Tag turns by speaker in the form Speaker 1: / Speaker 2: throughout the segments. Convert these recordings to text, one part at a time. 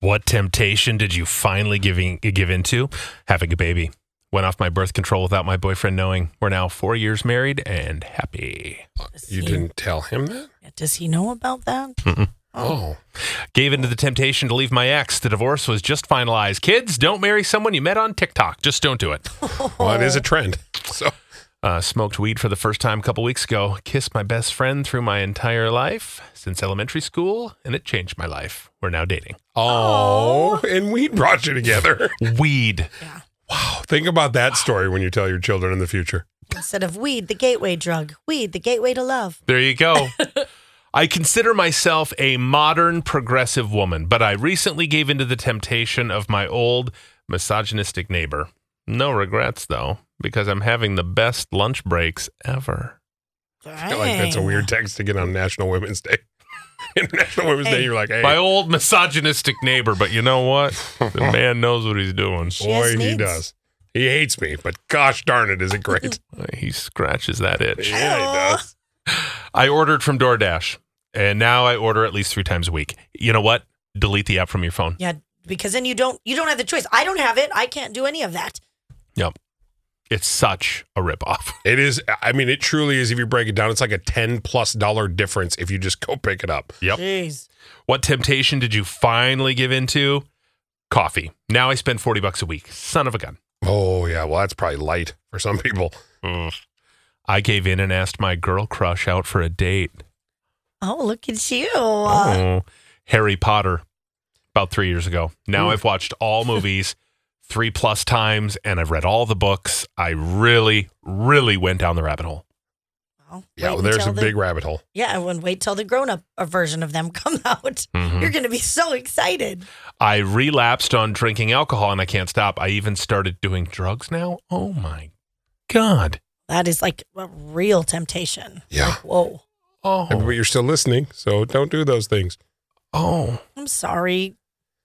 Speaker 1: What temptation did you finally giving, give into? Having a baby. Went off my birth control without my boyfriend knowing. We're now four years married and happy.
Speaker 2: Does You didn't tell him that?
Speaker 3: He, does he know about that?
Speaker 2: Oh.
Speaker 1: Gave into the temptation to leave my ex. The divorce was just finalized. Kids, don't marry someone you met on TikTok. Just don't do it.
Speaker 2: Well, it is a trend. So
Speaker 1: Uh, smoked weed for the first time a couple weeks ago. Kissed my best friend through my entire life since elementary school, and it changed my life. We're now dating.
Speaker 2: Oh, and we brought you together.
Speaker 1: Weed.
Speaker 3: Yeah.
Speaker 2: Wow. Think about that story when you tell your children in the future.
Speaker 3: Instead of weed, the gateway drug. Weed, the gateway to love.
Speaker 1: There you go. I consider myself a modern progressive woman, but I recently gave into the temptation of my old misogynistic neighbor. No regrets, though, because I'm having the best lunch breaks ever.
Speaker 2: I feel like that's a
Speaker 3: Dang.
Speaker 2: weird text to get on National Women's Day. International Women's Day,
Speaker 3: Hey.
Speaker 2: you're like, hey,
Speaker 1: My old misogynistic neighbor, but you know what? The man knows what he's doing.
Speaker 2: boy,
Speaker 3: She has
Speaker 2: he
Speaker 3: needs.
Speaker 2: does. He hates me, but gosh darn it, is it great?
Speaker 1: He scratches that itch.
Speaker 2: yeah, he does.
Speaker 1: I ordered from DoorDash, and now I order at least three times a week. You know what? Delete the app from your phone.
Speaker 3: Yeah, because then you don't you don't have the choice. I don't have it. I can't do any of that.
Speaker 1: It's such a ripoff.
Speaker 2: It is, I mean, it truly is. If you break it down, it's like a 10 plus dollar difference if you just go pick it up.
Speaker 1: Yep.
Speaker 3: Jeez.
Speaker 1: What temptation did you finally give into? Coffee. Now I spend 40 bucks a week. Son of a gun.
Speaker 2: Oh, yeah. Well, that's probably light for some people.
Speaker 1: I gave in and asked my girl crush out for a date.
Speaker 3: Oh, look at you.
Speaker 1: Oh, Harry Potter about three years ago. Now I've watched all movies three plus times and I've read all the books. I really, really went down the rabbit hole.
Speaker 3: Well,
Speaker 2: Yeah,
Speaker 3: wait
Speaker 2: well, there's
Speaker 3: until
Speaker 2: a
Speaker 3: the-
Speaker 2: big rabbit hole.
Speaker 3: Yeah, and when- wait till the grown up version of them come out.
Speaker 2: Hmm.
Speaker 1: Mhm.
Speaker 3: You're gonna be so excited.
Speaker 1: I relapsed on drinking alcohol and I can't stop. I even started doing drugs now. Oh my God.
Speaker 3: That is like a real temptation.
Speaker 2: Yeah.
Speaker 3: Like, whoa.
Speaker 2: But
Speaker 1: Oh,
Speaker 2: you're still listening, so don't do those things.
Speaker 1: oh.
Speaker 3: I'm sorry.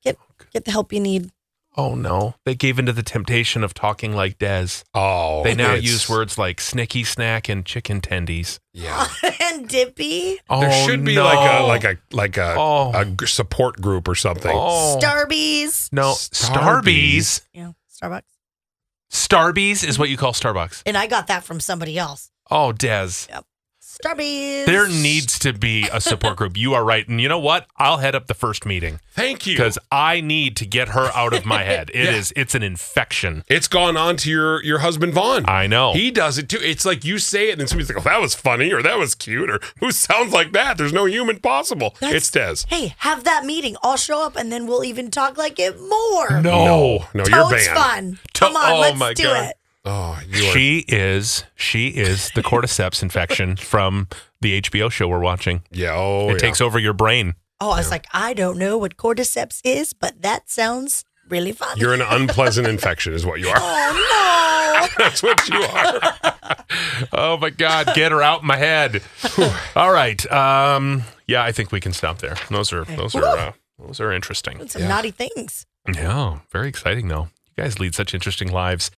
Speaker 3: Get get the help you need.
Speaker 1: Oh no. They gave into the temptation of talking like Dez.
Speaker 2: Oh,
Speaker 1: They now
Speaker 2: it's-
Speaker 1: use words like snicky snack and chicken tendies.
Speaker 2: Yeah,
Speaker 3: and Dippy.
Speaker 1: Oh,
Speaker 2: there should be
Speaker 1: no.
Speaker 2: like a like a like a,
Speaker 1: Oh.
Speaker 2: a g- support group or something.
Speaker 1: Oh.
Speaker 3: Starbies.
Speaker 1: No,
Speaker 2: Starbies.
Speaker 1: Starbies.
Speaker 3: Yeah, Starbucks.
Speaker 1: Starbies is what you call Starbucks.
Speaker 3: And I got that from somebody else.
Speaker 1: Oh, Dez.
Speaker 3: Starbies.
Speaker 1: There needs to be a support group. You are right. And you know what? I'll head up the first meeting
Speaker 2: Thank you.
Speaker 1: because I need to get her out of my head. It
Speaker 2: Yeah.
Speaker 1: is- it's an infection.
Speaker 2: It's gone on to your your husband Vaughn.
Speaker 1: I know.
Speaker 2: He does it too. It's like you say it, and somebody's like, "Oh, that was funny," or "That was cute," or "Who sounds like that?" There's no human possible.
Speaker 3: That's-
Speaker 2: it's Des.
Speaker 3: Hey, have that meeting. I'll show up and then we'll even talk like it more.
Speaker 2: no, no, you're
Speaker 3: Toad's
Speaker 2: banned.
Speaker 3: fun.
Speaker 1: To-
Speaker 3: Come on,
Speaker 1: oh
Speaker 3: let's
Speaker 1: my
Speaker 3: do
Speaker 1: God.
Speaker 3: it.
Speaker 2: Oh, you are.
Speaker 1: she is she is the cordyceps infection from the HBO show we're watching.
Speaker 2: yeah. Oh,
Speaker 1: it
Speaker 2: yeah.
Speaker 1: takes over your brain.
Speaker 3: Oh, I was like, I don't know what cordyceps is, but that sounds really fun.
Speaker 2: You're an unpleasant infection, is what you are.
Speaker 3: oh
Speaker 2: That's what you are.
Speaker 1: Oh my God, get her out my head. All right. Um, yeah, I think we can stop there. Those are those are uh, those are
Speaker 3: no!
Speaker 1: interesting.
Speaker 3: Some naughty things.
Speaker 1: Yeah, very exciting though. You guys lead such interesting lives.